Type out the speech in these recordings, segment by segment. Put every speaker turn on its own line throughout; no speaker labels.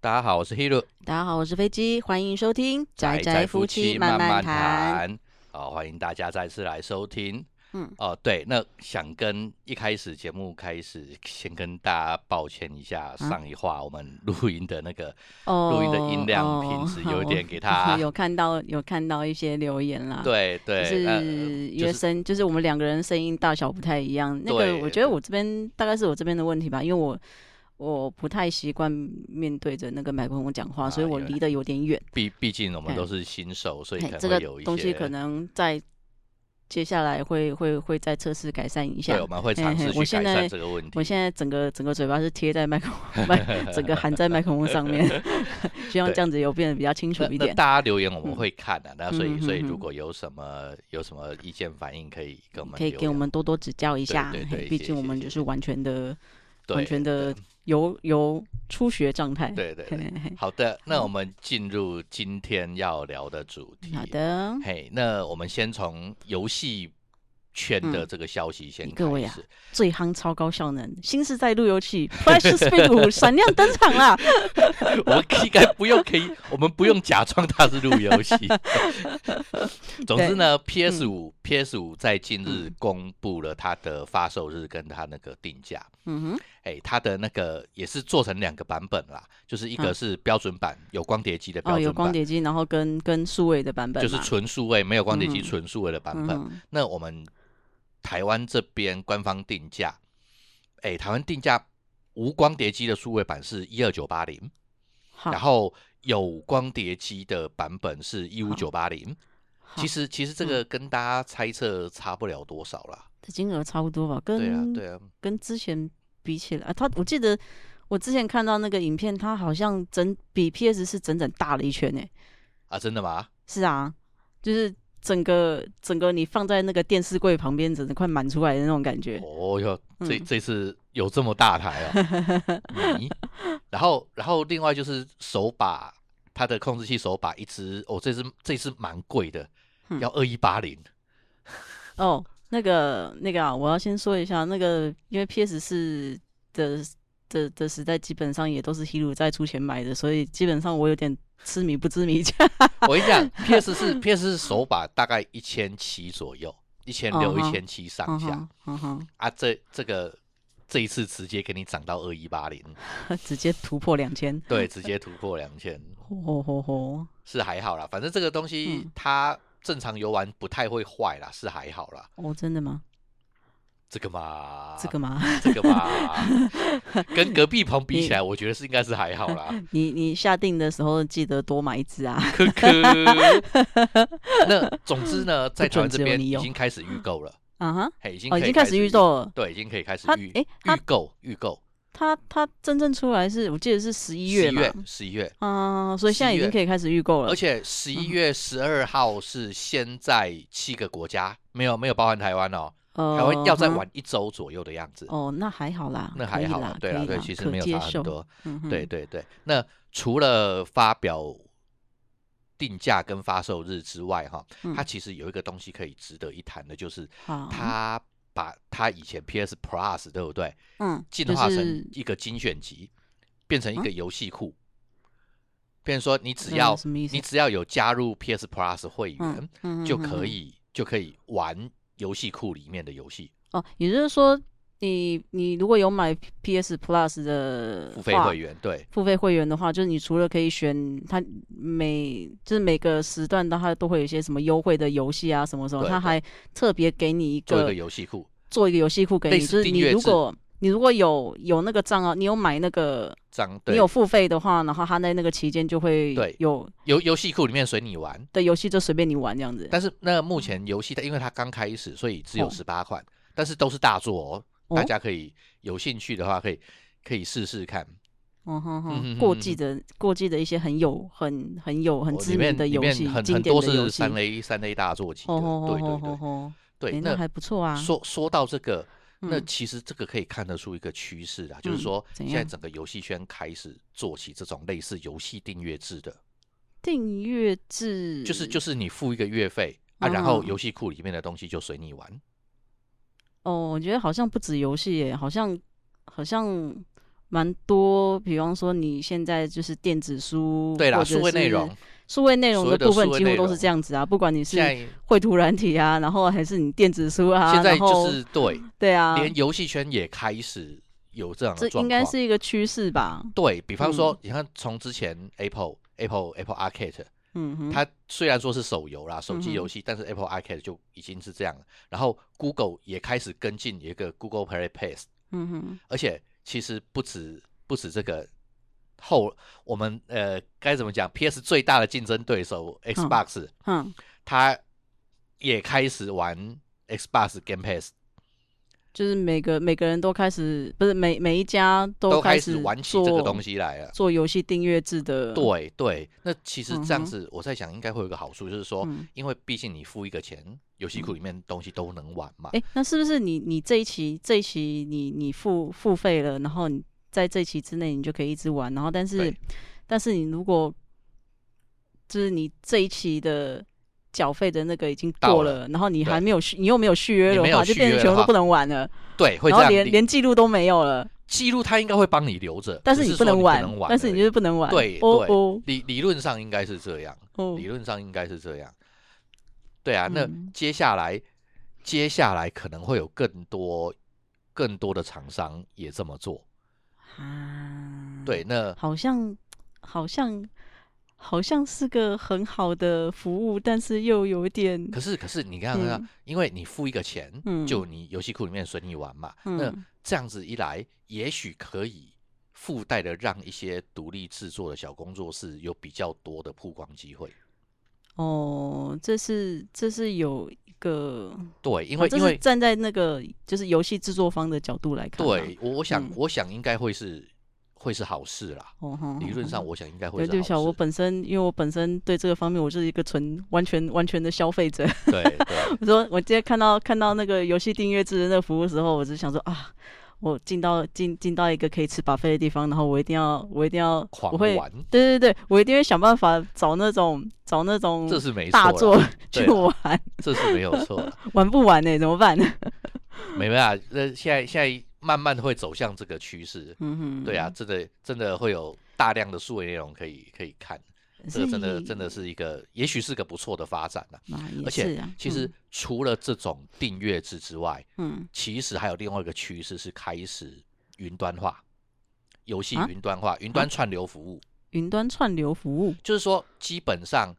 大家好，我是 Hiro，
大家好，我是飞机，欢迎收听《宅宅夫妻慢慢
慢
谈》。
谈。好、欢迎大家再次来收听。
嗯，
哦，对，那想跟一开始节目开始，先跟大家抱歉一下，
嗯
上一话我们录音的那个
哦，
录音的音量
哦
品质有一
我
点给它
有看到有看到一些留言啦，，
对
就
对，呃
是
就
约
是
声，就是我们两个人声音大小不太一样。那个
对
我觉得我这边大概是我这边的问题吧，因为我。我不太习惯面对着那个麦克风讲话，
啊
所以我
有
离得有点远。
毕毕竟我们
哎
都是新手，所以
嘿
可能
这
会
个
有一些
东西可能在接下来会会会再测试改善一下
对，我。们会
嘿
尝
嘿
试去
我
改
现在
善这个问题。
我现在整个整个嘴巴是贴在麦克风， 麦整个含在麦克风上面， 希望
对
这样子有变得比较清楚
那
一
那
点。
大家留言我们
嗯
会看的、那所以
嗯
所以
嗯嗯
如果有什么有什么意见反应，可以跟我们
可以
留
给我
言啊
们多多指教一
对
下
对，
嘿
对
毕
谢
竟我
谢
们
谢
就
谢
是完全的、
对
完全的
对
由由初学状态。
对对
嘿
对，
嘿嘿
好的，那
嗯
我们进入今天要聊的主题。
好，的，
嘿，那我们先从游戏圈的
嗯
这个消息先
你
开
各位啊
始。
最夯超高效能新时代路由器 Flash Speed 五 闪亮登场啦！
我们应该不用可以，我们不用假装它是路由 器。总之呢，PS 五 PS 五在近日
嗯
公布了它的发售日跟它那个定价。
嗯哼，
哎，它的那个也是做成两个版本啦，就是一个
嗯
是标准版，有光碟机的标
哦，
准版，
有光碟机，然后跟跟数位的版本
就是
嘛
纯数位，没有光碟机
嗯
纯数位的版本。
嗯哼
那我们台湾这边官方定价，哎，台湾定价无光碟机的数位版是一二九八零，
好
然后有光碟机的版本是一五九八零。
好
其实其实这
嗯
个跟大家猜测差不了多少啦。
这金额差不多吧，跟
对啊，对啊，
跟之前比起来，啊、它我记得我之前看到那个影片，它好像整比 PS 是整整大了一圈呢、
啊，真的吗？
是啊，就是整个整个你放在那个电视柜旁边，整个快满出来的那种感觉。
哦哟，这
嗯
这次有这么大台哦。 咦然后然后另外就是手把，它的控制器手把一只，哦，这只这只蛮贵的，
嗯
要二一八零。
哦，那个那个啊，我要先说一下，那个因为 PS 四的的的时代基本上也都是 Hero 在出钱买的，所以基本上我有点吃米不知米价。
我跟你 讲，PS 四 PS 四手把大概一千七左右，一千
哦
六、一
哈
千七上
嗯
下
哼，嗯哼，
啊。这这个这一次直接给你涨到二一八零，
直接突破两千，
对，直接突破两千，
吼吼吼吼，
是还好啦。反正这个东西
嗯
它正常游玩不太会坏啦，是还好啦。
哦，真的吗？
这个嘛，
这个吗？
这个嘛， 跟隔壁棚比起来，我觉得是应该是还好啦。
你你下定的时候记得多买一只啊！
科科，那总之呢，在台湾这
不准只有
边
你
已
有
经开始预购了，
啊哈，
嘿，已经
哦，已
可以
经开始预售了。
对，已经可以开始
它
预
诶
预
它
购预购，
它它真正出来是我记得是十一月
11
嘛，
月十一月，
啊，所以现在已
11
经
月
可以开始预购了
而。且十一
嗯
月十二号是先在七个国家，没有没有包含台湾哦，
呃
台湾要再
哈
晚一周左右的样子，
哦，那还好啦，
那
可
还
以
好
啦，
对
可
啦
以
对，
啦
其实
可
没有
接
差很
受。
多，
嗯哼
对，对对。那除了发表定价跟发售日之外，哈，
嗯
它其实有一个东西可以值得一谈的，就是
好，
它把它以前 PS Plus 对不对，
嗯，
进
就
化成
是啊
一个精选集，变成一个游戏库。变成说，你只
呃
要
什么意思
你只要有加入 PS Plus 会员
嗯，嗯
就
嗯嗯
可
嗯
以就可以玩游戏库里面的游戏，
哦，也就是说，你你如果有买 PS Plus 的
付费
话
会员对
付费会员的话，就是你除了可以选它每就是每个时段的它都会有一些什么优惠的游戏啊什么什么，
对
它
对
还特别给你一
做一个
个
游戏库
做一个游戏库给
类
你，
似
就是你
订阅
如
制
果你如果有有那个账啊号，你有买那个
这样
你
对
有付费的话，然后它在那个期间就会
对
有
游游戏库里面随你玩，
的游戏就随便你玩这样子。
但是那目前游戏它因为它刚开始，所以只有
哦
十八款，但是都是大作哦，
哦
大家可以有兴趣的话可以可以试试看。
嗯哼
嗯哼
哼，
哼
过季的过季的一些很有很很有很
哦
知
里
名
面
的
里
游
面
戏，
很
经
很
典
多
的游
是
戏。
三 A 三 A 大作级的，
哦吼吼
对对
吼吼吼，
对
诶
对。
那还不错啊。
说说到这个，那
嗯
其实这个可以看得出一个趋势啊，就是
嗯
说
怎
现在
样
整个游戏圈开始做起这种类似游戏订阅制的，
订阅制
就是就是你付一个月费啊，然后
嗯
游戏库里面的东西就随你玩。
哦，我觉得好像不止游戏耶，好像好像蛮多，比方说你现在就是电子书，
对啦，
或者
数位内
是
容
数位内容
所谓
的
的
部分
数位
几乎
内
都是
容
这样子啊，不管你是
现在
绘图软体啊，然后还是你电子书啊，
现在
然后
就是对，
对啊，
连游戏圈也开始有这样
这
的状
应
况
该。是一个趋势吧？
对比方说
嗯，
你看从之前 Apple Apple Apple Arcade，
嗯哼，
它虽然说是手游啦，手
嗯哼
机游戏，但是 Apple Arcade 就已经是这样了。然后 Google 也开始跟进一个 Google Play Pass，
嗯哼，
而且其实不止不止这个后，我们呃该怎么讲？PS 最大的竞争对手
嗯
Xbox，、
哼，
它也开始玩 Xbox Game Pass，
就是每个每个人都开始，不是每每一家
都
开
开
始
始玩起这个东
西，
西来了。
做游戏订阅制的，，
对对，那其实这
嗯哼
样子，我在想应该会有一个好处，就是说，
嗯
因为毕竟你付一个钱，游戏库里面东西都能玩嘛。
哎，那是不是你你这一期这一期你你付付费了，然后你在这一期之内你就可以一直玩，然后但是
对
但是你如果就是你这一期的缴费的那个已经
到
过
了
了，然后你
对
还没有续，你又没有续约
你
的
没有
话，就
续
变
约
成
的
全部都
话
不能玩了，
对，会
然
这样。
后连
你
连记录都没有了，
记录它应该会帮你留着，
但是
只
你
是
不
说
能玩，
能
但是你
而
就
已
是不能玩，
对
哦
对
哦
理理论上应该是这样，
哦
理，论上应该是这样。对啊，那
嗯
接下来接下来可能会有更多更多的厂商也这么做。
啊，
对，，那
好像好像好像是个很好的服务，但是又有一点，
可是可是你看看，
嗯
因为你付一个钱，
嗯
就你游戏库里面随你玩嘛。那
嗯
这样子一来，也许可以附带的让一些独立制作的小工作室有比较多的曝光机会。
哦，这是这是有一个，
对，因
因
为、
哦这
因
是
为
站在那个就是游戏制作方的角度来看嘛，
对我我想、
嗯
我想应该会是会是好事啦。
哦，哼
理
哼
论
哼
上，我想应该会
对
是
对不起啊，
好
我
事。
本身因为我本身对这个方面，我就是一个纯完全完全的消费者。
对对
我说我今天看到看到那个游戏订阅制的那个服务的时候，我就想说啊，我进到进进到一个可以吃 buffet 的地方，然后我一定要我一定要
狂
我会
玩
对对对，我一定会想办法找那种找那种
这是没
大
错
作
啦，
去
对啊
玩
啦，这是没有错 啦，
玩不完呢、怎么办？
没办法，那现在现在慢慢会走向这个趋势。
嗯哼，
对啊，，真的真的会有大量的数位内容可以可以看，这个
所以
真的真的是一个，也许是个不错的发展啦。
嘛也
而
是
且
啊，
其实除了这种订阅制之外，
嗯
其实还有另外一个趋势是开始云端化，游戏
啊
云端化、云端串流服务，
云端串流服务，
就是说基本上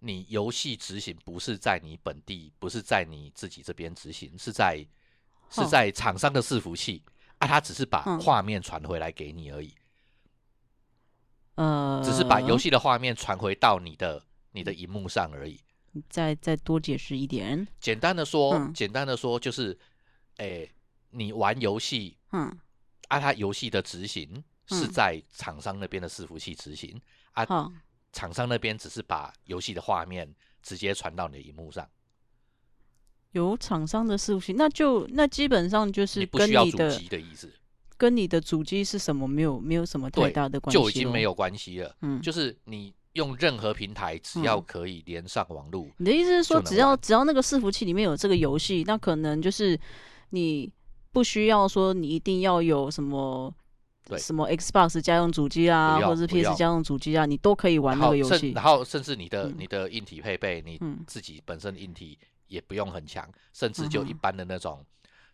你游戏执行不是在你本地，不是在你自己这边执行，是在
哦
是在厂商的伺服器啊，它只是把
嗯
画面传回来给你而已，
呃，
只是把游戏的画面传回到你的你的荧幕上而已。
再再多解释一点，
简单的说，
嗯
简单的说就是，诶、你玩游戏
嗯，
啊，它游戏的执行是
嗯
在厂商那边的伺服器执行、啊，
好，
厂商那边只是把游戏的画面直接传到你的荧幕上，
有厂商的伺服器，那就那基本上就是
你不
跟
需要
你
主
的
机的意思，
跟你的主机是什么没有没有什么太
对
大的关系，
就已经没。有关系了。
嗯，
就是你用任何平台，只要
嗯
可以连上网络，
你的意思是说，
就能
只要
玩
只要那个伺服器里面有这个游戏，那可能就是你不需要说你一定要有什么。
对
什么 Xbox 家用主机啊，
不要
或者是
不要
PS 家用主机啊，你都可以玩
然
那
后
个游
甚
戏
然。后甚至你的、
嗯
你的硬体配备，你
嗯
自己本身的硬体也不用很强，甚至就
嗯
一
哼
般的那种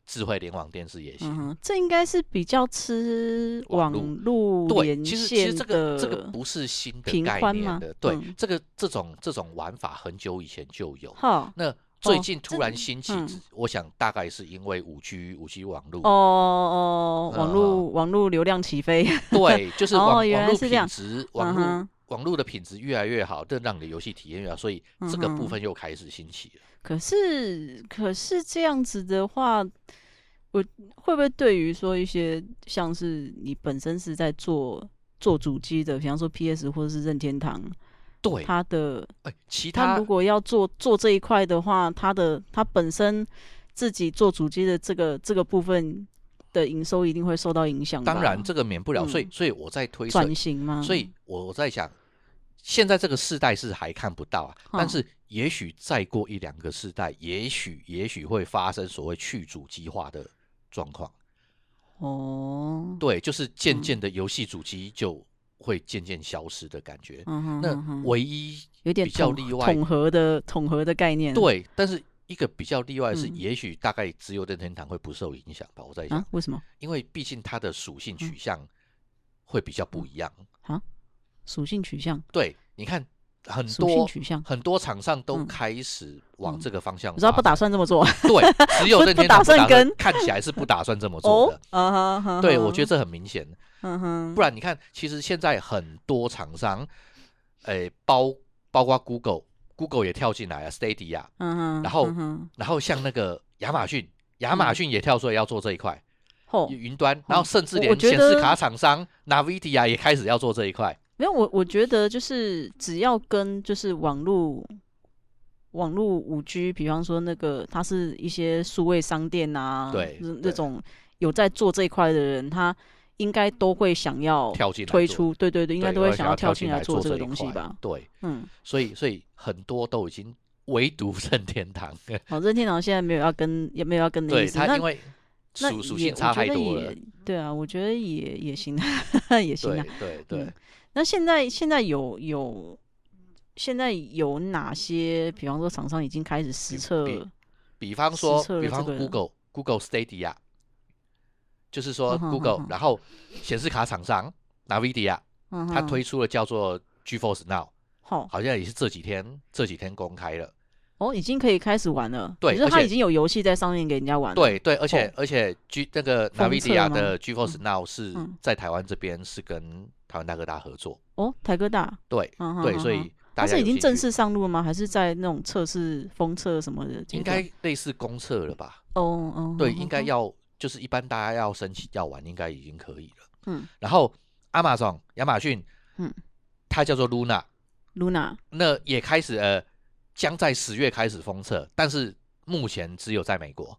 智慧联网电视也行。
嗯哼，这应该是比较吃网
网路
路
对，
连
其实其实
线
这个这
的
个不是新的
频
概
宽
念
吗
的，对，
嗯
这个这种这种玩法很久以前就有。
哈
那最
哦
近
这
突然兴起，
嗯
只我想大概是因为五 G 五 G 网络，
哦哦，网
嗯
路网路流量起飞，
对，就是
哦
网、
原
网
来
络
是这样
品质，网络、
嗯哼
网络的品质越来越好，这让你的游戏体验越好，所以这个
嗯哼
部分又开始兴起了。
可是，可是这样子的话，我会不会对于说一些像是你本身是在做做主机的，比方说 PS 或者是任天堂，
对，
它的
哎，其
它
他
如果要做做这一块的话，它的它本身自己做主机的这个这个部分的营收一定会受到影响吧。
当然这个免不了，所以
嗯
所以我在推测
转型吗？
所以我在想，现在这个世代是还看不到啊，
嗯
但是也许再过一两个世代，也许也许会发生所谓去主机化的状况。
哦，
对，就是渐渐的游戏主机就会渐渐消失的感觉。
嗯哼，嗯
那
哼
唯一
有点
比较
统
例外
统合的统合的概念。
对，但是一个比较例外是，
嗯
也许大概只有任天堂会不受影响吧。我在想
啊，，为嗯什么
因为毕竟它的属性取向会比较不一样。
嗯属性取向？
对，你看很
属性
多
取向？
很多厂商都
嗯
开始往
嗯
这个方向
我
发展。
知道不打算这么做。
对，只有
不
任
不
天堂
打算跟
看起来是不打算 这么做
哦
的。，
啊哈哈，
对，我觉得
得，
这很明显。
嗯哼，
不然你看，其实现在很多厂商，诶、包包括 Google，Google 也跳进来了，Stadia，啊
嗯哼，
然后
嗯哼
然后像那个亚马逊，亚
嗯
马逊也跳出来要做这一块、
后
云端，然后甚至
哦我
连
我觉
显示
得
卡厂商 Nvidia 也开始要做这一块。
没有我，我觉得就是只要跟就是网络网络五 G，比方说那个它是一些数位商店啊，
对
那那
对
种有在做这一块的人，他应该都会想要
跳进来
哦推
做
出，对对对，应该
对
都
我
会
想
要
跳
进
来
做
这
这个
一
东西
块
吧？
对，
嗯，
所以所以很多都已经唯独任天堂，
好，任天堂现在没有要跟，也没有要跟的意
对
思，
它
那
因为
那
属属
也
性差
我觉
太
得
多了
也，对啊，我觉得也也行， 也行
对
啊。
对对
嗯。那现在现在有有现在有哪些，比方说厂商已经开始实
比
测嗯
比比方
实
说，
测
比
了这
方
个
Google Google Stadia，就是说
嗯哼
Google，、
嗯哼
然后显示卡厂商 NVIDIA，它
它
推出了叫做 GeForce Now，
好
好像也是这几天这几天公开了。
哦，已经可以开始玩了，
对
就是它
而且
已经有游戏在上面给人家玩了，
对对，而且、
哦
而且 G 那个
封测
NVIDIA
吗
的 GeForce Now 是
嗯
在台湾这边是跟台湾大哥大合作，
哦，台哥大，
对、
嗯哼
对，
嗯
所
哼
以大
它
家
是已
有
经
兴
正
趣
式上路了吗？还是在那种测试、封测什么的阶
应
段？
该类似公测了吧？
哦哦，
对，
嗯
应该
嗯
要就是一般大家要申请要玩，应该已经可以了。
嗯，
然后 Amazon 亚马逊，
嗯，
它叫做 Luna，
Luna
那也开始呃，将在十月开始封测，但是目前只有在美国。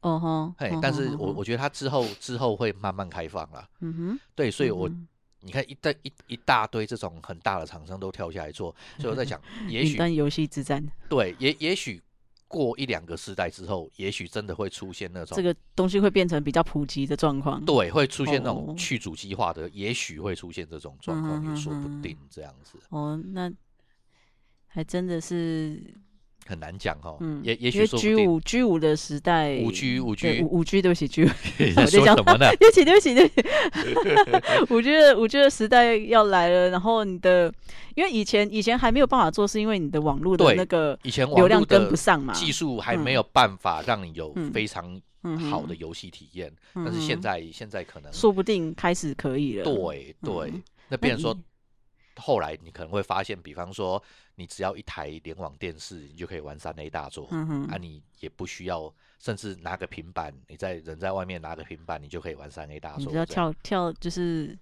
哦吼，
嘿
嗯，
但
哼
是
嗯
我
哼
我觉得它之后之后会慢慢开放啦。
嗯哼，
对，所以我、
嗯
你看一大一一大堆这种很大的厂商都跳下来做，所以我在 想，也
云
许
端游戏之战
对，也也许过一两个世代之后，也许真的会出现那种
这个东西会变成比较普及的状况，
对，会出现那
哦嗯
种去主机化的，也许会出现这种状况，也说不定这样子，
哦，那还真的是，
很难讲哈。
嗯，
也也
因
许
为
说不
G
定。
五 G 五的时代，
五 G 五
对
G，
五哦五 G，对不起 G 五，
你
我
在
在
说
讲
什 么呢？
对不起对不起对不起，五 G 的五 G 的时代要来了，然后你的，因为以前以前还没有办法做，是因为你的网络的
对
那个
以前网
流量
络
跟
的
不上嘛，
技术还
嗯
没有办法让你有
嗯
非常
嗯哼
好的，游戏体验，
但
但是现在现在可能
嗯说不定开始可以了，
对对
嗯，
那
那
变成说
你
后来你可能会发现，比方说你只要一台联网电视，你就可以玩三 A 大作，
嗯
啊，
哼，
你也不需要，甚至拿个平板，你在人在外面拿个平板，你就可以玩三 A 大
你
作
知道
这样。
跳跳就是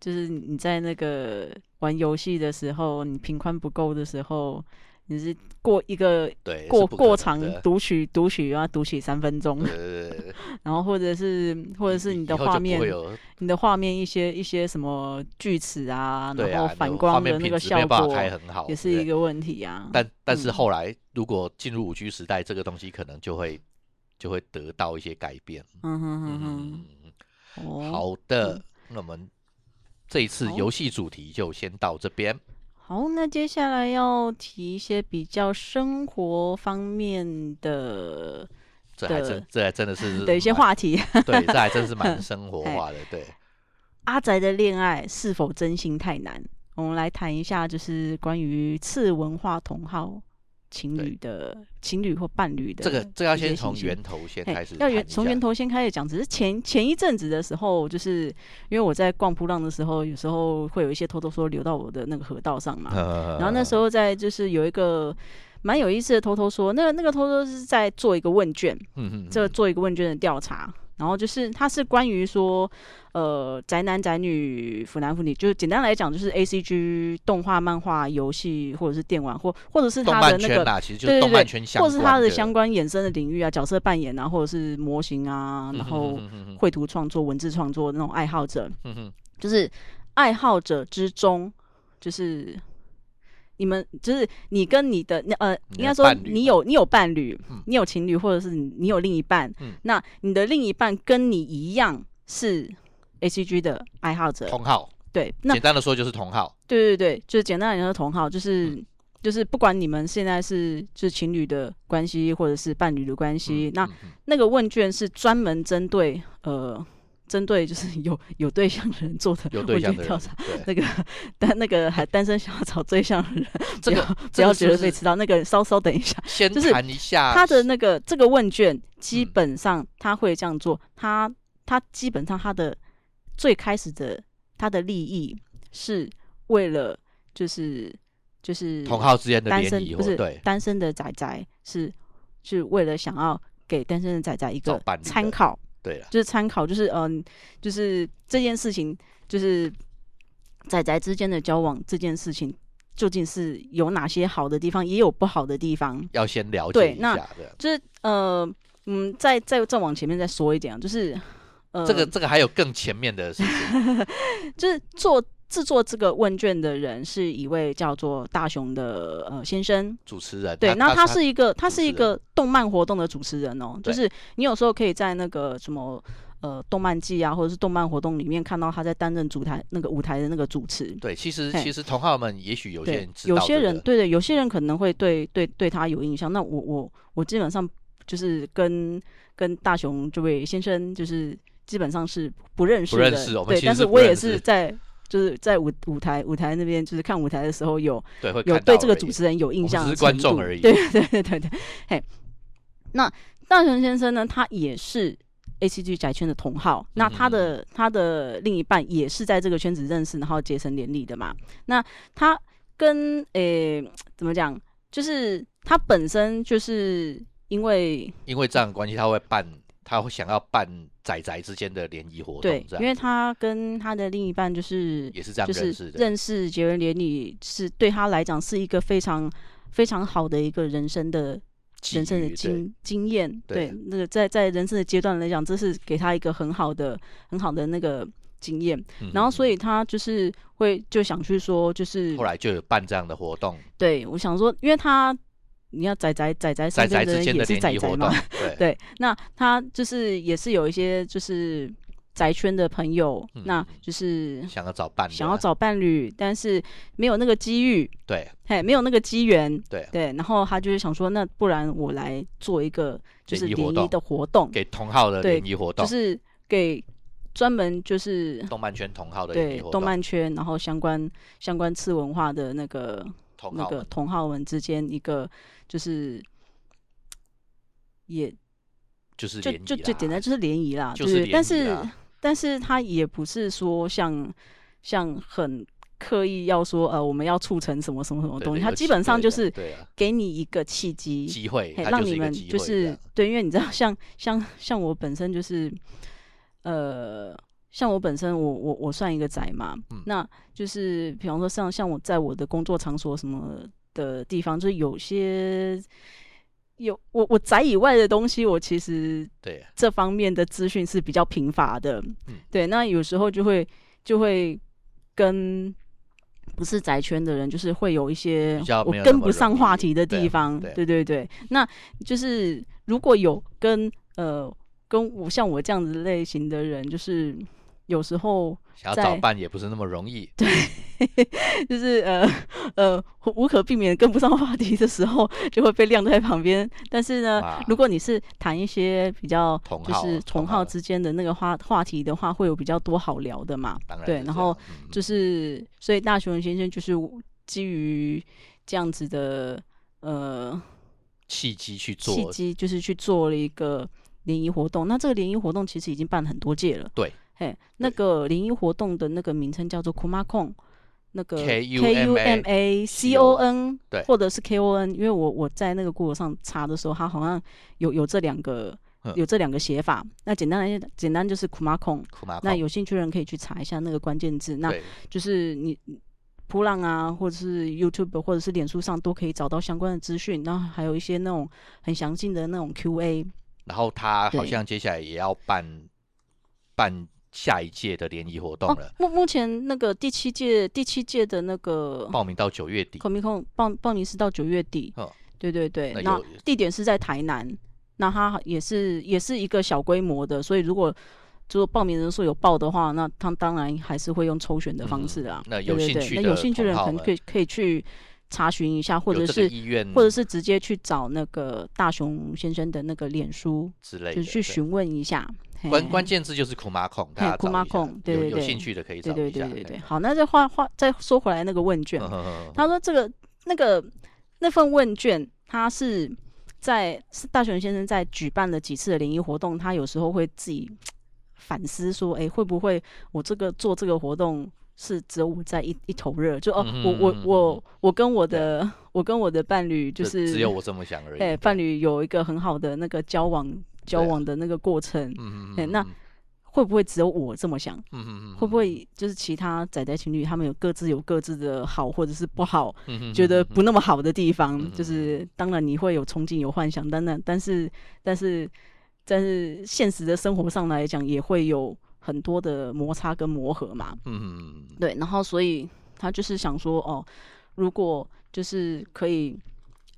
就是你在那个玩游戏的时候，你频宽不够的时候，你是过一个
对，是
过
不可
过
能
长
的
读取读取，然后读取三分钟，
对对对对对，
然后或者是或者是
以
你
以
的
后就
画
不
面
会，有
你的画面一些一些什么锯齿啊，
对
然
啊，
后
你
反
的画
光
面
的那
品
个
质没
效
有办
果
法开很好，
也是
对
一个问题啊。
但但是
嗯
后来如果进入五 G 时代，这个东西可能就会就会得到一些改变。
嗯哼哼
嗯
哼，，哦，
好的
嗯，
那我们这一次
好
游戏主题就先到这边。
好，那接下来要提一些比较生活方面的
这还
的
真这还真的 是
的一些
蛮，
话题。
对，这还真是 蛮生活
哎
化的，对。
阿宅的恋爱是否真心太难？我们来谈一下，就是关于次文化同好情侣的情侣或伴侣的
这个这个要
一些
先
信
从
息
源头先
嘿
开始
要
谈一下，
源从源头先开始讲，只是前前一阵子的时候，就是因为我在逛扑浪的时候，有时候会有一些偷偷说流到我的那个河道上嘛，
呃。
然后那时候在就是有一个蛮有意思的偷偷说，那个那个偷偷是在做一个问卷，
嗯，嗯嗯
这做一个问卷的调查，然后就是它是关于说，呃，宅男宅女、腐男腐女，就是简单来讲，就是 A C G 动画、漫画、游戏或者是电玩，或或者是
动
它的
漫
那
圈
个。
啦，其实就
对
是
对
动漫
对
圈，相
或是它的
的
相关衍生的领域啊，角色扮演啊，或者是模型啊，
嗯，嗯
然后
嗯嗯嗯
绘图创作、文字创作那种爱好者，
嗯嗯
就是爱好者之中，就是你们，就是你跟你的那呃，
你的
应该说
伴侣
你
吧
有你有伴侣
嗯，
你有情侣，或者是你你有另一半
嗯，
那你的另一半跟你一样是 ACG 的爱好者，
同号，
对，那
简单的说就是同号，
对对对，就是简单来说，同好就是、
嗯
就是不管你们现在是就是情侣的关系，或者是伴侣的关系，
嗯
那
嗯嗯
那个问卷是专门针对呃针对就是有有对象的人做的
有对象
问
的人
卷调查，
对，
那个单那个还单身想要找对象的人，
这个
不要
这
不要
个是
觉得被
是
吃到。那个稍稍等一下，
先
就是
谈一下
他的那个这个问卷基
嗯
本上他会这样做，他他基本上他的最开始的他的利益是为了就是就是
同号之间的
单
联
身
谊，
不
或
是
对
单身的仔仔是是为了想要给单身的仔仔一
找
个
伴侣的
参考，
对了，
就是参考，就是嗯、就是这件事情，就是仔仔之间的交往这件事情，究竟是有哪些好的地方，也有不好的地方。
要先了解
对
一
那
下的。
就是呃，嗯，再再再往前面再说一点啊，就是呃，
这个这个还有更前面的事情，
就是做制作这个问卷的人是一位叫做大雄的呃先生，
主持人
对，那
他
他是一个，他
主
是
持
一个动漫活动的主持人哦，就
对
是你有时候可以在那个什么呃动漫季啊，或者是动漫活动里面看到他在担任主台那个舞台的那个主持。
对，其实
嘿
其实同好们也许有些
对
人，知道
有
这个，
些人对对，有些人可能会对对对他有印象。那我我我基本上就是跟跟大雄这位先生，就是基本上是不认识
不
的，
认识我们
对，
其
但
实
是
是不
我也
认
是
识
在就是在舞舞台舞台那边，就是看舞台的时候有
对会
有
看
对
到
这个
而已
主持人有
我
印
们
象
只
的
是观
程
众
度
而已
对对对对对，嘿，那大雄先生呢，他也是 A C G 宅圈的同好，那他的、
嗯
他的另一半也是在这个圈子认识，然后结成连理的嘛。那他跟诶、怎么讲，就是他本身就是因为
因为这样的关系，他会办，他会想要办仔仔之间的联谊活
对
动，这，
因
样
为他跟他的另一半就是
也是这样
就是
认识的，
认识结缘连理是对他来讲是一个非常非常好的一个人生的
基
人生的
于对
经经验，
对
对那个在在人生的阶段来讲，这是给他一个很好的很好的那个经验。
嗯
然后所
嗯
以他就是会就想去说，就是
嗯后来就有办这样的活动，
对我想说，因为他你要仔仔仔仔
仔
身
仔
边
之
人
间的
也是
联
仔
谊
仔
活
嘛
动，， 对，
对，那他就是也是有一些就是宅圈的朋友，
嗯
那
嗯
就是
想要找伴啊的，
想要找伴侣，但是没有那个机遇，
对
嘿，没有那个机缘，
对，
对，然后他就是想说，那不然我来做一个就是
联谊
联
活
谊
动
的活动，
给同号的
对
联谊活
就
动，
是给专门就是
动漫圈同号的联
对
谊活
动
动，
漫圈，然后相关相关次文化的那个
同
那
号
个
们
同好们之间一个就是也
就是
就
联谊
就就
啦
简单就是联谊啦，
就
对
是
但
联谊啊
是
啦
但是他也不是说像像很刻意要说呃我们要促成什么什么什么
对
东西，
对
他
有
基
机
本上
会
就
的
是
对啊，
给你一个契机，
机会，
嘿
它
让
就是
你
一个
们
机会
就
这
是
样，
对，因为你知道，像像像我本身就是，呃，像我本身我我我算一个宅嘛，
嗯
那就是比方说像像我在我的工作场所什么的地方，就是有些有我我宅以外的东西，我其实
对，啊
这方面的资讯是比较贫乏的，
嗯
对，那有时候就会就会跟。不是宅圈的人，就是会有一些
比较
我
没有那
跟
么
不上
容
话
易
题的地
对
方，
对
对对对。那就是如果有跟呃跟我像我这样子类型的人，就是有时候
想要找
在
伴也不是那么容易，
就是呃呃无可避免跟不上话题的时候，就会被晾在旁边。但是呢，
哇
如果你是谈一些比较
同
就
好
是
同
同
好
好之间的那个话话题的话，会有比较多好聊的嘛。
当然
对
是
然
这
后
样嗯
就
嗯
是所以大熊先生就是基于这样子的呃
契机去
契
做，
机，就是去做了一个联谊活动。那这个联谊活动其实已经办了很多届了。
对，
嘿，那
对
个联谊活动的那个名称叫做 Kumacon，那个
K U M A
M A C O N，
对
或者是 K O N，因为我我在那个 Google 上查的时候，它好像有有这两个
嗯
有这两个写法。那简单来讲，简单就是 Kumacon。
库马
那
孔
有兴趣的人可以去查一下那个关键字。那
对
就是你普浪啊，或者是 YouTube 或者是脸书上都可以找到相关的资讯，然后还有一些那种很详尽的那种 Q&A。
然后他好
对
像接下来也要办办下一届的联谊活动
哦
了，，
目目前那个第七届第七届的那个
报名到九月底。
孔明控报报名是到九月底，
哦
对对对，
那
那
有
地点是在台南，那它也是也是一个小规模的，所以如果如果报名人数有报的话，那他当然还是会用抽选的方式
嗯
啊。
那
对
有
对
兴
对
趣
那
的
有兴趣的人
同好
可能可以可以去查询一下，或
有
者
这
是
个意愿，
或者是直接去找那个大雄先生的那个脸书，
之类
就
的，
是去
对
询问一下。嘿
关关键字就是 kuma 控，大家
嘿
找
，Kuma
一下
控对
有
对
有
对
兴趣的可以找
对对
一
对
下，
对对，好，那再话话再说回来那个问卷
嗯，嗯嗯
他说这个那个那份问卷，他是在是大雄先生在举办了几次的联谊活动，他有时候会自己反思说，哎、会不会我这个做这个活动是只有我在一一头热？就哦，我我
嗯嗯嗯嗯
我我跟我的我跟我的伴侣就是
只有我这么想而已，
哎、
对
伴，侣有一个很好的那个交往交
对啊
往的那个过程，
嗯嗯
哎
嗯，
那
嗯
会不会只有我这么想？
嗯嗯嗯
会不会就是其他仔仔情侣他们有各自有各自的好或者是不好？
嗯嗯
觉
嗯
得
嗯
不那么好的地方，
嗯
就是当然你会有憧憬、有幻想，当然，但是但是但是现实的生活上来讲，也会有很多的摩擦跟磨合嘛。
嗯嗯嗯
对，然后所以他就是想说，哦，如果就是可以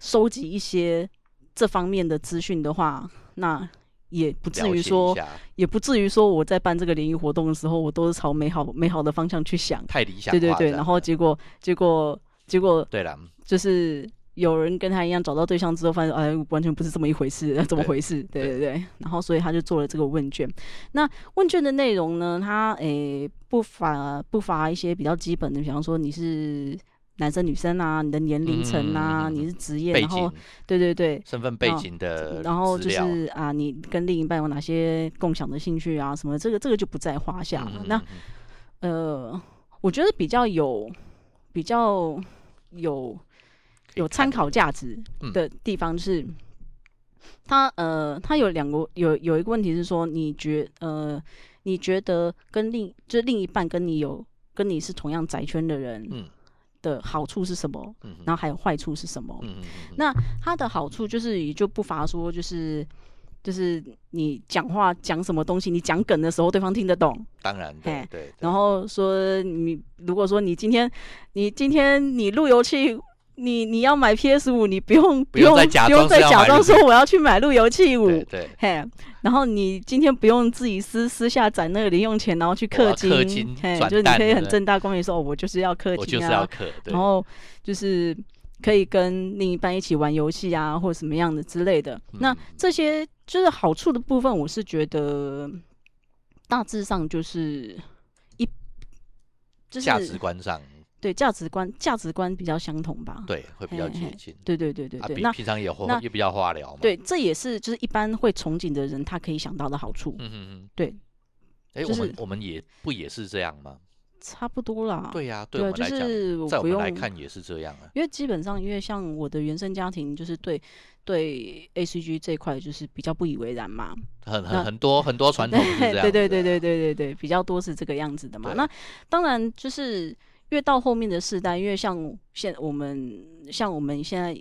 收集一些这方面的资讯的话，那也不至
了
于
解一
说，
下
也不至于说我在办这个联谊活动的时候，我都是朝美好美好的方向去想。
太理想化这
对对
样子，
对，然后结果结果结果
对了，
就是有人跟他一样找到对象之后，发现哎，完全不是这么一 回事，怎么
对
回事？对
对
对对。然后，所以他就做了这个问卷。那问卷的内容呢，它诶不乏不乏一些比较基本的，比方说你是男生女生啊，你的年龄层啊，
嗯嗯嗯嗯嗯
你是职业，
背
然后
景、
对对对。
身份背
哦
景的
然后
资
就
料
是啊，你跟另一半有哪些共享的兴趣啊？什么这个这个就不在话下了。
嗯嗯
那
嗯嗯
呃，我觉得比较有比较有
可以
有
看
参
的
考价值
嗯
的地方是，他呃，他有两个有有一个问题是说，你觉呃，你觉得跟另就是另一半跟你有跟你是同样宅圈的人
嗯
的好处是什么，
嗯嗯
然后还有坏处是什么？
嗯嗯嗯
那它的好处就是也就不乏说就是。就是你讲话讲什么东西，你讲梗的时候，对方听得懂，
当然对
嘿
对，对
然后说你如果说你今天你今天你路由器，你你要买 PS 五，你不用
不用
不
再
用
假
不
装是
用再
要
假
买
装
路
说
由
我要去买路由器五
对，对，
嘿，然后你今天不用自己私私下攒那个零用钱，然后去
我要
氪
氪金
嘿，
转
就是你
蛋
可以
对
很
不对
正大光明说，哦，我就是要氪
我
金
就是
啊
要，刻，对
然后就是可以跟另一半一起玩游戏啊，或者什么样的之类的。那
嗯
这些就是好处的部分，我是觉得大致上就是一就是
价值观上
对价值观价值观比较相同吧。
对会比较
嘿
接
嘿
近。
对对对对
啊，
对，
比
那
平常也花
那
也比较化疗嘛。
对这也是就是一般会憧憬的人他可以想到的好处，
嗯嗯嗯，
对。
哎，
就
我们
是
我们也不也是这样吗？
差不多啦。
对呀，对
对
我们
啊，就
来讲，
是
在我
我不
们来
用
看也是这样啊。
因为基本上，因为像我的原生家庭，就是对对 A C G 这一块就是比较不以为然嘛，
很
那
很很多很多 传统是这样子的啊。
对对对对对对对，比较多是这个样子的嘛。
对
那当然就是越到后面的世代，因为像现我们像我们现在。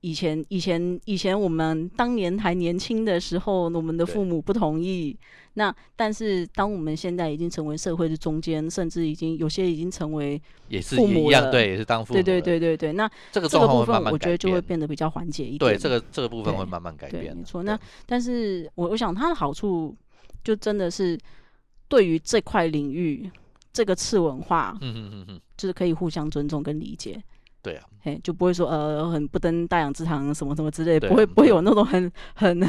以前以前以前我们当年还年轻的时候，我们的
对
父母不同意。那但是当我们现在已经成为社会的中间，甚至已经有些已经成为
也是
父
一
母
样，
了
对，也是当父母
对
了。
对对对对。那
这个
这
状
个
况
部
会慢
分
慢
我觉得
改
就会
变。
变得比较缓解一点。
对，这个这个部分会
对
慢慢改
对
变的。啊
没错
对
那但是我我想它的好处就真的是对于这块领域这个次文化，
嗯嗯嗯嗯，
就是可以互相尊重跟理解。
对 啊，
嘿，就不会说呃很不登大雅之堂什么什么之类，
对
不会
嗯
不
对
会有那种很很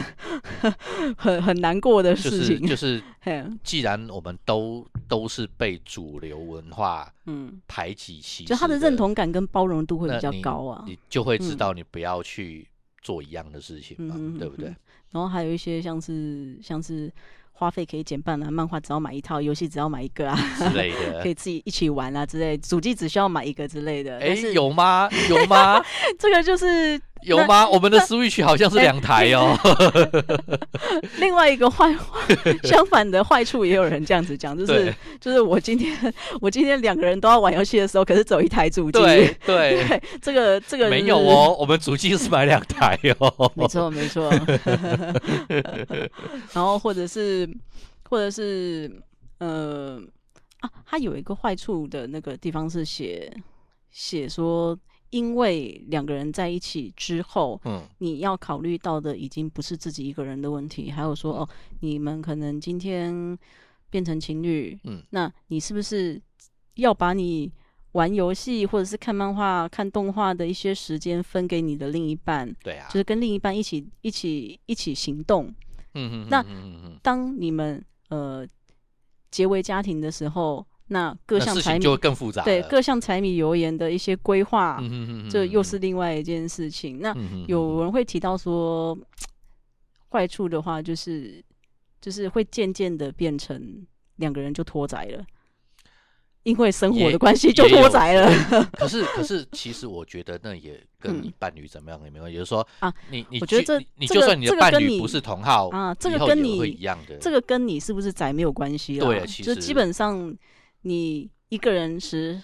很很难过的
就
事
是
情。
就是，
嘿，
既然我们都都是被主流文化
嗯，
排挤歧视，
就他的认同感跟包容度会
那
比较
你
高啊。
你就会知
嗯
道你不要去做一样的事情嘛，
嗯哼
对不 对
哼？然后还有一些像是像是花费可以减半啊，漫画只要买一套，游戏只要买一个啊，
之类
可
的。
以自己一起玩啊之类，主机只需要买一个之类的。
哎
但，是
有吗？有 吗？
这个就是
有吗？我们的 Switch 好像是两台 哦。
另外一个坏，相反的坏处也有人这样子讲，就是
对
就是我今天 我今天两个人都要玩游戏的时候，可是只有一台主机。
对对，
对，这个这个
没
就是
有。哦，我们主机是买两台 哦。
没错没错。然后或者是或者是呃啊，它有一个坏处的那个地方是写写说因为两个人在一起之后，
嗯，
你要考虑到的已经不是自己一个人的问题，还有说
嗯
哦，你们可能今天变成情侣，
嗯，
那你是不是要把你玩游戏或者是看漫画、看动画的一些时间分给你的另一半，
对啊，
就是跟另一半一起、一起、一起行动？
嗯嗯，
那
嗯嗯嗯，
当你们呃结为家庭的时候，那各
那
项
事
柴
情
米
就会更复杂了，
对各项柴米油盐的一些规划，
嗯嗯嗯嗯，
这又是另外一件事情。那
嗯嗯嗯
有人会提到说，坏处的话就是就是会渐渐的变成两个人就脱宅了，因为生活
也
的关系就
也有
脱宅了。
可是可是，其实我觉得那也跟
嗯
你伴侣怎么样也没关系，就是说
啊，
你你
我觉得
就
这
你你
这
就
个
算你
这
的
个
伴
跟
侣
你
不是同好
啊这个
以后
跟
也
你
会一样的，
这个跟你是不是宅没有关系啦，啊
对啊其
就
实
基本上你一个人时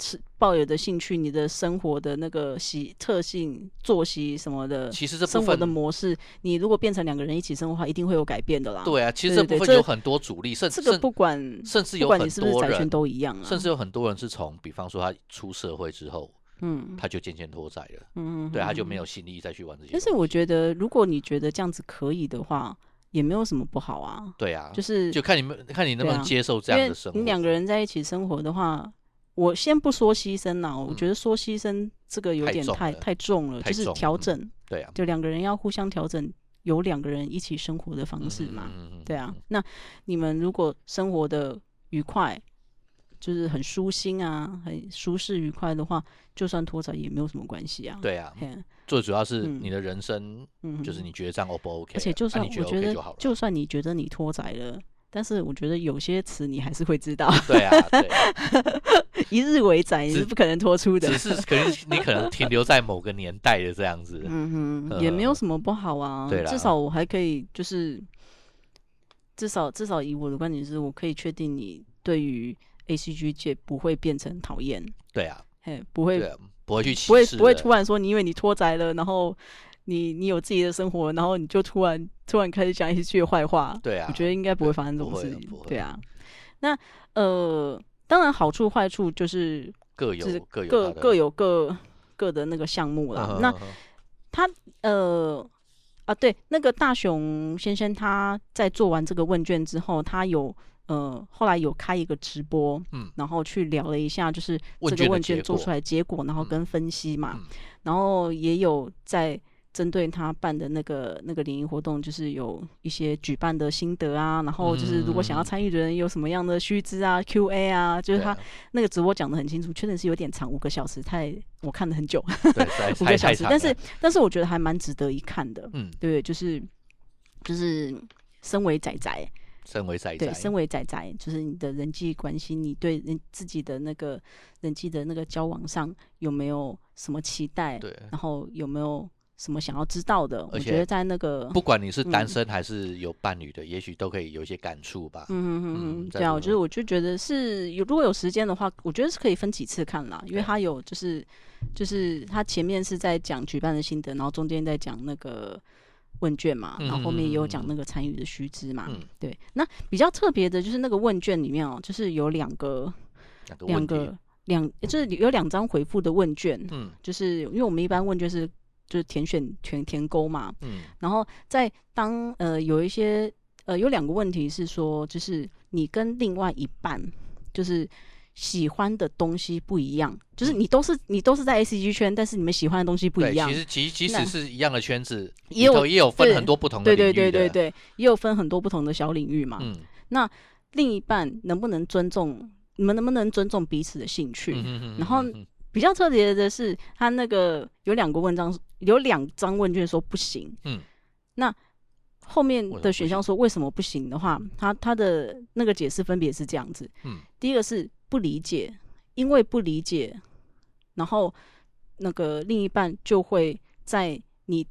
是抱有的兴趣，你的生活的那个习特性、作息什么的，
其实这部
生活
分
的模式，你如果变成两个人一起生活的话，一定会有改变的啦。，
对啊，其实
对
这
对
部分
对这
有很多阻力，甚
这个
甚
不管
甚至
不
有
管
很
你是不是
多
宅圈
人，
都一样啊，
甚至有很多人是从比方说他出社会之后，
嗯
他就渐渐脱宅了，
嗯，
对，啊他就
嗯
没有心力再去玩这些东
但
西。
是我觉得，如果你觉得这样子可以的话，也没有什么不好啊，
对啊，
就是
就看你们看你能不
对
能
啊
接受这
因
样
为
的生活。
你两个人在一起生活的话，我先不说牺牲啦，我
嗯
觉得说牺牲这个有
太
点
重
太
了
太重了，
太
就是
重了
调
嗯
整，
对啊，
就两个人要互相调整，有两个人一起生活的方
嗯
式
嗯
嘛。
嗯嗯
对啊
嗯，
那你们如果生活的愉快，就是很舒心啊，很舒适愉快的话，就算拖着也没有什么关系啊。
对啊，
嘿啊，
最主要是
嗯
你的人生
嗯，
就是你觉得这样 O 不 OK？
而且
了
就
啊
算、
你觉
我
得
觉
OK
得
就好了。
就算你觉得你脱宅了，但是我觉得有些词你还是会知道，
对啊，对啊，
一日为宅你
只
是不可能脱出的
只。是可能你可能停留在某个年代的这样子。
嗯哼，也没有什么不好啊。
呃对啦
至少我还可以，就是至少至少以我的观点是，我可以确定你对于 A C G 界不会变成讨厌，
对啊，
嘿，不会
对啊，不会去歧
不会
视
不会
的
突然说你因为你脱宅了，然后你你有自己的生活，然后你就突然突然开始讲一句坏话。
对啊，
我觉得应该不会发生这
不
种
会
事
啊
情
不。会
对啊，那呃，当然好处坏处就是
各
就是
有各有
各
它的嗯
各有各各的那个项目啦。那呃，啊，对，那个大雄先生他在做完这个问卷之后，他有呃后来有开一个直播，
嗯
然后去聊了一下，就是
问卷
这个
的
问
结
卷做
果
出来的结果，然后
嗯
跟分析嘛，
嗯
然后也有在。针对他办的那个那个联谊活动，就是有一些举办的心得啊，然后就是如果想要
嗯
参与的人有什么样的须知啊、Q&A 啊，就是
对
他
啊
那个直播讲的很清楚，确实是有点长，五个小时太我看了很久，
对太
五
太
个小
太
时，
长
但
了
是但是我觉得还蛮值得一看的，
嗯，
对，就是就是身为仔仔，
身为赛
对，
仔，
身为仔仔，就是你的人际关系，你对人自己的那个人际的那个交往上有没有什么期待，
对，
然后有没有什么想要知道的？我
而且
觉得在那个
不管你是单
嗯
身还是有伴侣的，也许都可以有一些感触吧。
嗯嗯嗯，
嗯在
对
这
啊，我
个
觉得我就觉得是有，如果有时间的话，我觉得是可以分几次看啦，因为
对啊
它有就是就是它前面是在讲举办的心得，然后中间在讲那个问卷嘛，
嗯
然后后面也有讲
嗯嗯
那个参与的须知嘛，
嗯
对。那比较特别的就是那个问卷里面哦、就是有两个
两个
两
问题，
个两就是有两张回复的问卷，
嗯
就是因为我们一般问卷是就是填选填填勾嘛，
嗯
然后在当呃有一些呃有两个问题是说，就是你跟另外一半就是喜欢的东西不一样，就是
嗯
你都是你都是在 A C G 圈，但是你们喜欢的东西不
对，
一样
其。实即即使
那
是一样的圈子，
也
里
有
头也有分
对
很多不同的
对
领
对
域
对
的，
对对，也有分很多不同的小领域嘛。
嗯
另一半能不能尊重你们能不能尊重彼此的兴趣？
嗯嗯
然后
嗯
比较特别的是，他那个有两个问章，有两张问卷说不行。
嗯，
那后面
为什么
的
不
选
行
项说为什么不行的话，他他的那个解释分别是这样子：
嗯
第一个是不理解，因为不理解，然后那个另一半就会在你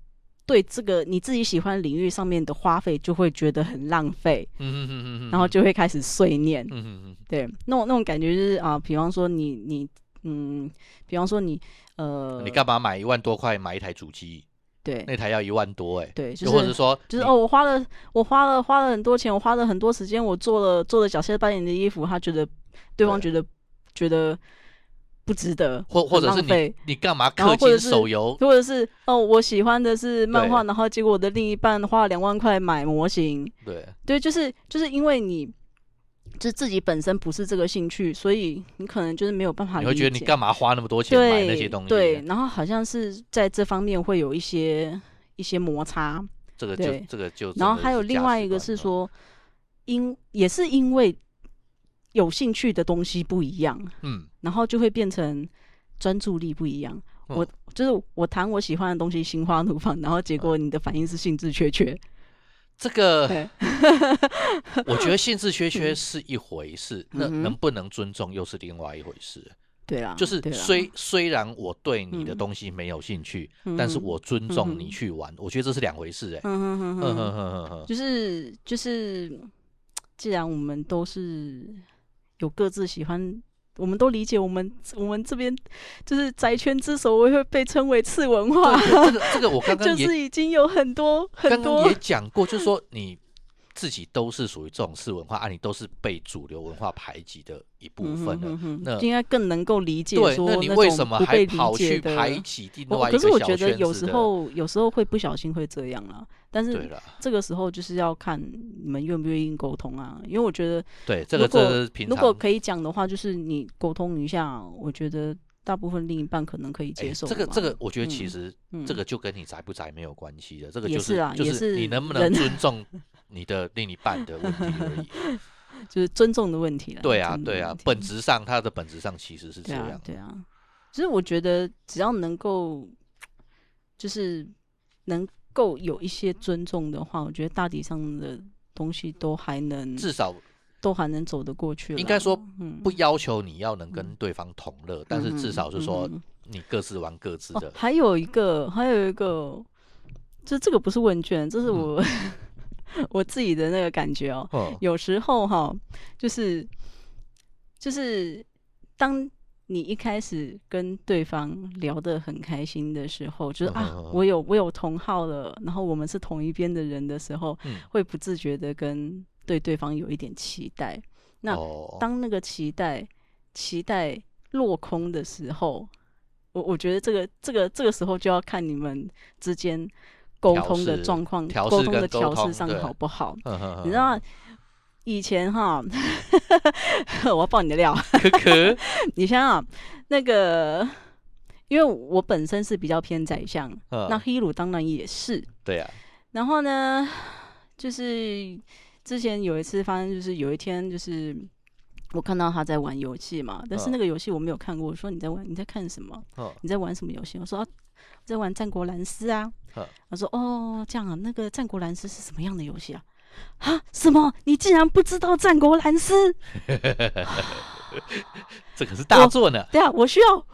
对这个你自己喜欢领域上面的花费就会觉得很浪费，
嗯嗯嗯嗯，
然后就会开始碎念。
嗯嗯嗯
对，那种那种感觉就是啊，比方说你你嗯，比方说你呃，
嗯，你干嘛买一万多块买一台主机？
对
那台要一万多哎，
对，就
又或者
是
说
就是
你
哦，我花了我花了花了很多钱，我花了很多时间，我做了做了小谢扮演的衣服，他觉得对方
对
觉得觉得不值得，
或或
很
者
浪
是你
费
你干嘛
然后
氪
或者
金
是
手游？
或者是哦，我喜欢的是漫画，
对
然后结果我的另一半花了两万块买模型，
对
对，就是就是因为你就自己本身不是这个兴趣，所以你可能就是没有办法
你
理
会
解。
觉得你干嘛花那么多钱买
对
那些东西？
对，，然后好像是在这方面会有一些一些摩擦，
这个就
对
这个就真的是价值观。
然后还有另外一个是
嗯，
说，因也是因为有兴趣的东西不一样，
嗯，
然后就会变成专注力不一样。
嗯
我就是我谈我喜欢的东西，心花怒放，然后
嗯
结果你的反应是兴致缺缺。
这个
对，嗯
我觉得兴致缺缺是一回事，那
嗯哼
能不能尊重又是另外一回事。
对啦，
就是
对啦
虽虽然我对你的
嗯
东西没有兴趣，但是
嗯哼
我尊重你
嗯哼
去玩，我觉得这是两回事。哎，
嗯哼哼
嗯哼
哼哼，
哼哼哼，
就是就是，既然我们都是有各自喜欢，我们都理解我们我们这边就是宅圈之所以会被称为次文化，
这个这个我刚
就
刚也
是已经有很多
刚
很
刚
多
也讲过，就是说你自己都是属于这种次文化，啊，你都是被主流文化排挤的一部
嗯哼
分了
哼。哼
那
应该更能够理解
对，
说
那你
种
为什么
不
还
被理
跑
解
去
的
排挤另
我
外一
可
个
是我
小
觉
圈子
得
的？
有时候有时候会不小心会这样啦，但
对
是
了，
这个时候就是要看你们愿不愿意沟通啊，因为我觉得
对这个
如果
这是平
如果
常。
可以讲的话，就是你沟通一下，我觉得大部分另一半可能可以
哎
接受吧、
这个这个，我觉得其
嗯
实
嗯
这个就跟你宅不宅没有关系的，这个
也
就是
啊
就
也
是你
是
能不能
人
尊重你的另一半的问题而 已。
就是尊重的问题了。
对啊，
尊重的
对啊
问题，
本质上它的本质上其实是这
对
样
啊，。对啊。其实我觉得只要能够，就是能够有一些尊重的话，我觉得大体上的东西都还能
至少
都还能走得过去啦。
应该说
嗯，
不要求你要能跟对方同乐，但是
嗯
至
哼
少是说
嗯哼
你各自玩各自
哦
的，。
还有一个，还有一个，就这个不是问卷，这是
嗯
我、 我自己的那个感觉哦。
嗯
有时候哈，就是就是当你一开始跟对方聊得很开心的时候，就是
嗯嗯
啊
嗯，
我有我有同好了，然后我们是同一边的人的时候，
嗯
会不自觉的跟对对方有一点期待。 那
哦
当那个期待期待落空的时候，我我觉得这个这个这个时候就要看你们之间沟
调
通的
试
状况，
调
沟
试
通
跟
的
沟
调
通
试上
对
好不好？
呵呵呵
你知道以前哈， 我要爆你的料，
可可
你想想那个，因为我本身是比较偏宰相，
嗯
那黑鲁当然也是，
对啊，
然后呢，就是之前有一次发生，就是有一天就是。我看到他在玩游戏嘛，但是
嗯
那个游戏我没有看过。我说你在玩，你在看什么？
嗯
你在玩什么游戏？我说、啊、我在玩《战国蓝斯》 啊
嗯。
他说哦，这样啊，那个《战国蓝斯》是什么样的游戏啊？啊，什么？你竟然不知道《战国蓝斯》？
这可是大作呢。
对啊，我需要。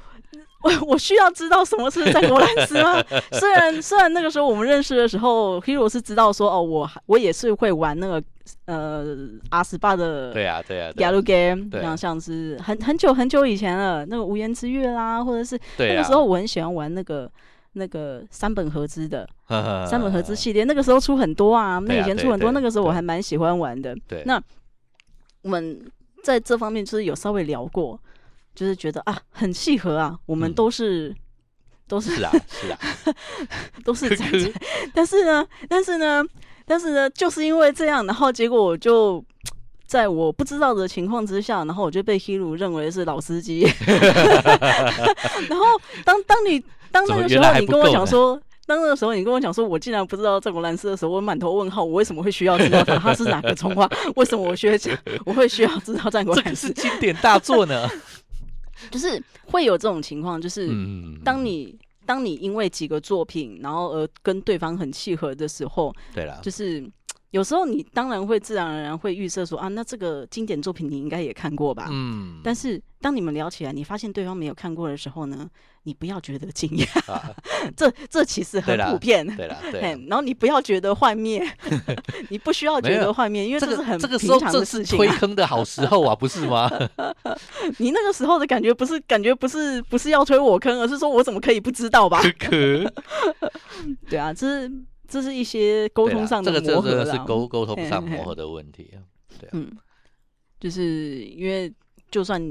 我我需要知道什么是战国蓝斯吗？ 虽然虽然那个时候我们认识的时候，Hero 是知道说哦，我还我也是会玩那个呃 R 十八的
对啊，对啊，对啊
Yellow Game，
对
然后像是很很久很久以前了，那个无言之月啦，或者是
对
那
啊。
个时候我很喜欢玩那个那个三本合资的
呵呵呵
三本合资系列，那个时候出很多啊，
呃
那
对啊
以前出
对
很多，
对
那个时候我
对
还蛮喜欢玩的。
对，
那我们在这方面就是有稍微聊过，就是觉得啊，很契合啊，我们
嗯
都是、都是
是啊，是 啊，
都是宅宅，但是呢，但是呢，但是呢，就是因为这样，然后结果我就。在我不知道的情况之下，然后我就被 Hiro 认为是老 司机。 然后当当你当那
怎么
个时
原来
候
还
你
不
跟我
够
讲
呢
说，当那个时候你跟我讲说我竟然不知道战国蓝斯的时候，我满头问号，我为什么会需要知道它？它是哪个从化？为什么我需要讲？我会需要知道战国
这
蓝
可
斯
是？经典大作 呢。
就是会有这种情况，就是
嗯，
当你、当你因为几个作品，然后而跟对方很契合的时候，
对了，
就是嘖有时候你当然会自然而然会预设说啊，那这个经典作品你应该也看过吧。
嗯，
但是当你们聊起来，你发现对方没有看过的时候呢，你不要觉得惊讶，
啊
这这其实
对
很
啦
普遍。
对 了，对
嘿
啦，
然后你不要觉得 幻灭，你不需要觉
没有
得幻灭，因为
这
是
个
很
这个时
平
候
常
这
的
是
事情、
推
啊。
坑的好时候啊，不是吗？
你那个时候的感觉不是感觉不是不是要推我坑，而是说我怎么可以不知道吧？
可可。
对啊，这是这是一些沟
对啦
通上
这
的
个这
磨
个真
合
的是
啦嗯
沟沟通
嘿
上
嘿嘿嗯
磨合的问题啊。
嗯，就是因为就算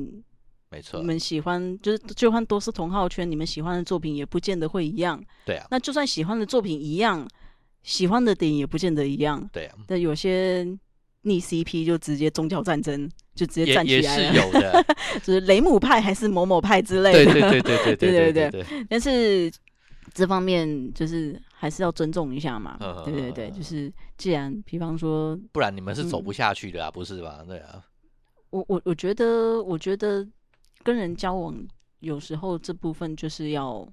没错
你，们喜欢就是就算都是同号圈，你们喜欢的作品也不见得会一样。
对啊，
那就算喜欢的作品一样，喜欢的点也不见得一样。
对啊，
但有些逆 CP 就直接宗教战争，就直接
也
站起
也
来
是
了，
有 的，
就是雷姆派还是某某派之类的。
对对对对对
对
对
对
对对，
但是这方面就是还是要尊重一下嘛。
嗯
对对对，
嗯嗯嗯
就是既然比方说
不然你们是走
嗯
不下去的啊，不是吧？对啊，
我我我觉得，我觉得跟人交往有时候这部分就是要，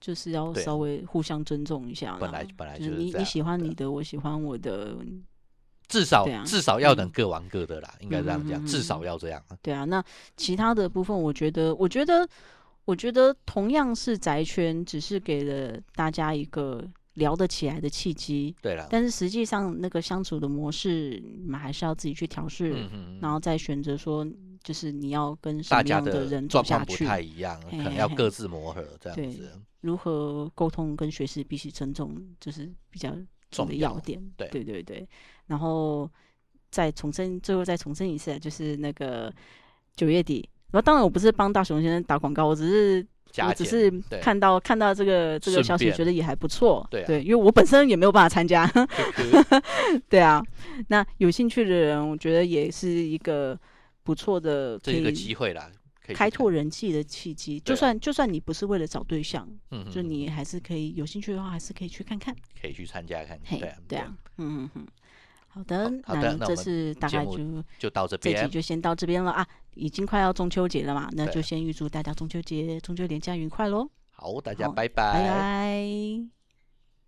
就是要
对啊
稍微互相尊重一下啦。
本来本来
嗯就
就是是
你
这
你
样
喜欢
对啊
你的，我喜欢我的，
至少
对啊
至少要能
嗯
各玩各的啦，应该这样
嗯嗯嗯
讲，
嗯
至少要这样啊。
对啊。那其他的部分，我觉得，我觉得，我觉得同样是宅圈，只是给了大家一个聊得起来的契机，
对了，
但是实际上那个相处的模式，你们还是要自己去调试，
嗯嗯
然后再选择说，就是你要跟什
大
么
家
样人走
状
下
况不
去。
太一样，可
嘿
能
嘿
要
嘿
各自磨合这
对
样子。
如何沟通跟学习彼此尊重，就是比较重的
重
要
要
点。
对
对对对然后再重申，最后再重申一次啊，就是那个九月底。然后当然我不是帮大熊先生打广告，我只是
加
我只
减
是
对
看到看到这个这个
顺
消息，
便
觉得也还不错。
对啊
对，因为我本身也没有办法参加。
就是
对啊，那有兴趣的人，我觉得也是一个不错的可
这是一个
以
机会啦，可以去
开拓
看，
人际的契机。
对
就
啊
算就算你不是为了找对象，
嗯，嗯
就
嗯
你还是可以有兴趣的话，还是可以去看看。
可以去参加看看，
嘿
对啊，
对啊，，嗯嗯嗯。好的，
好好的那
这
我们
次大
节
概
目
就
就到这
这集
边，
就先到这边了啊，已经快要中秋节了嘛，那
对啊
就先预祝大家中秋节、中秋连假愉快喽，
好，大家
好
拜
拜
拜。
拜。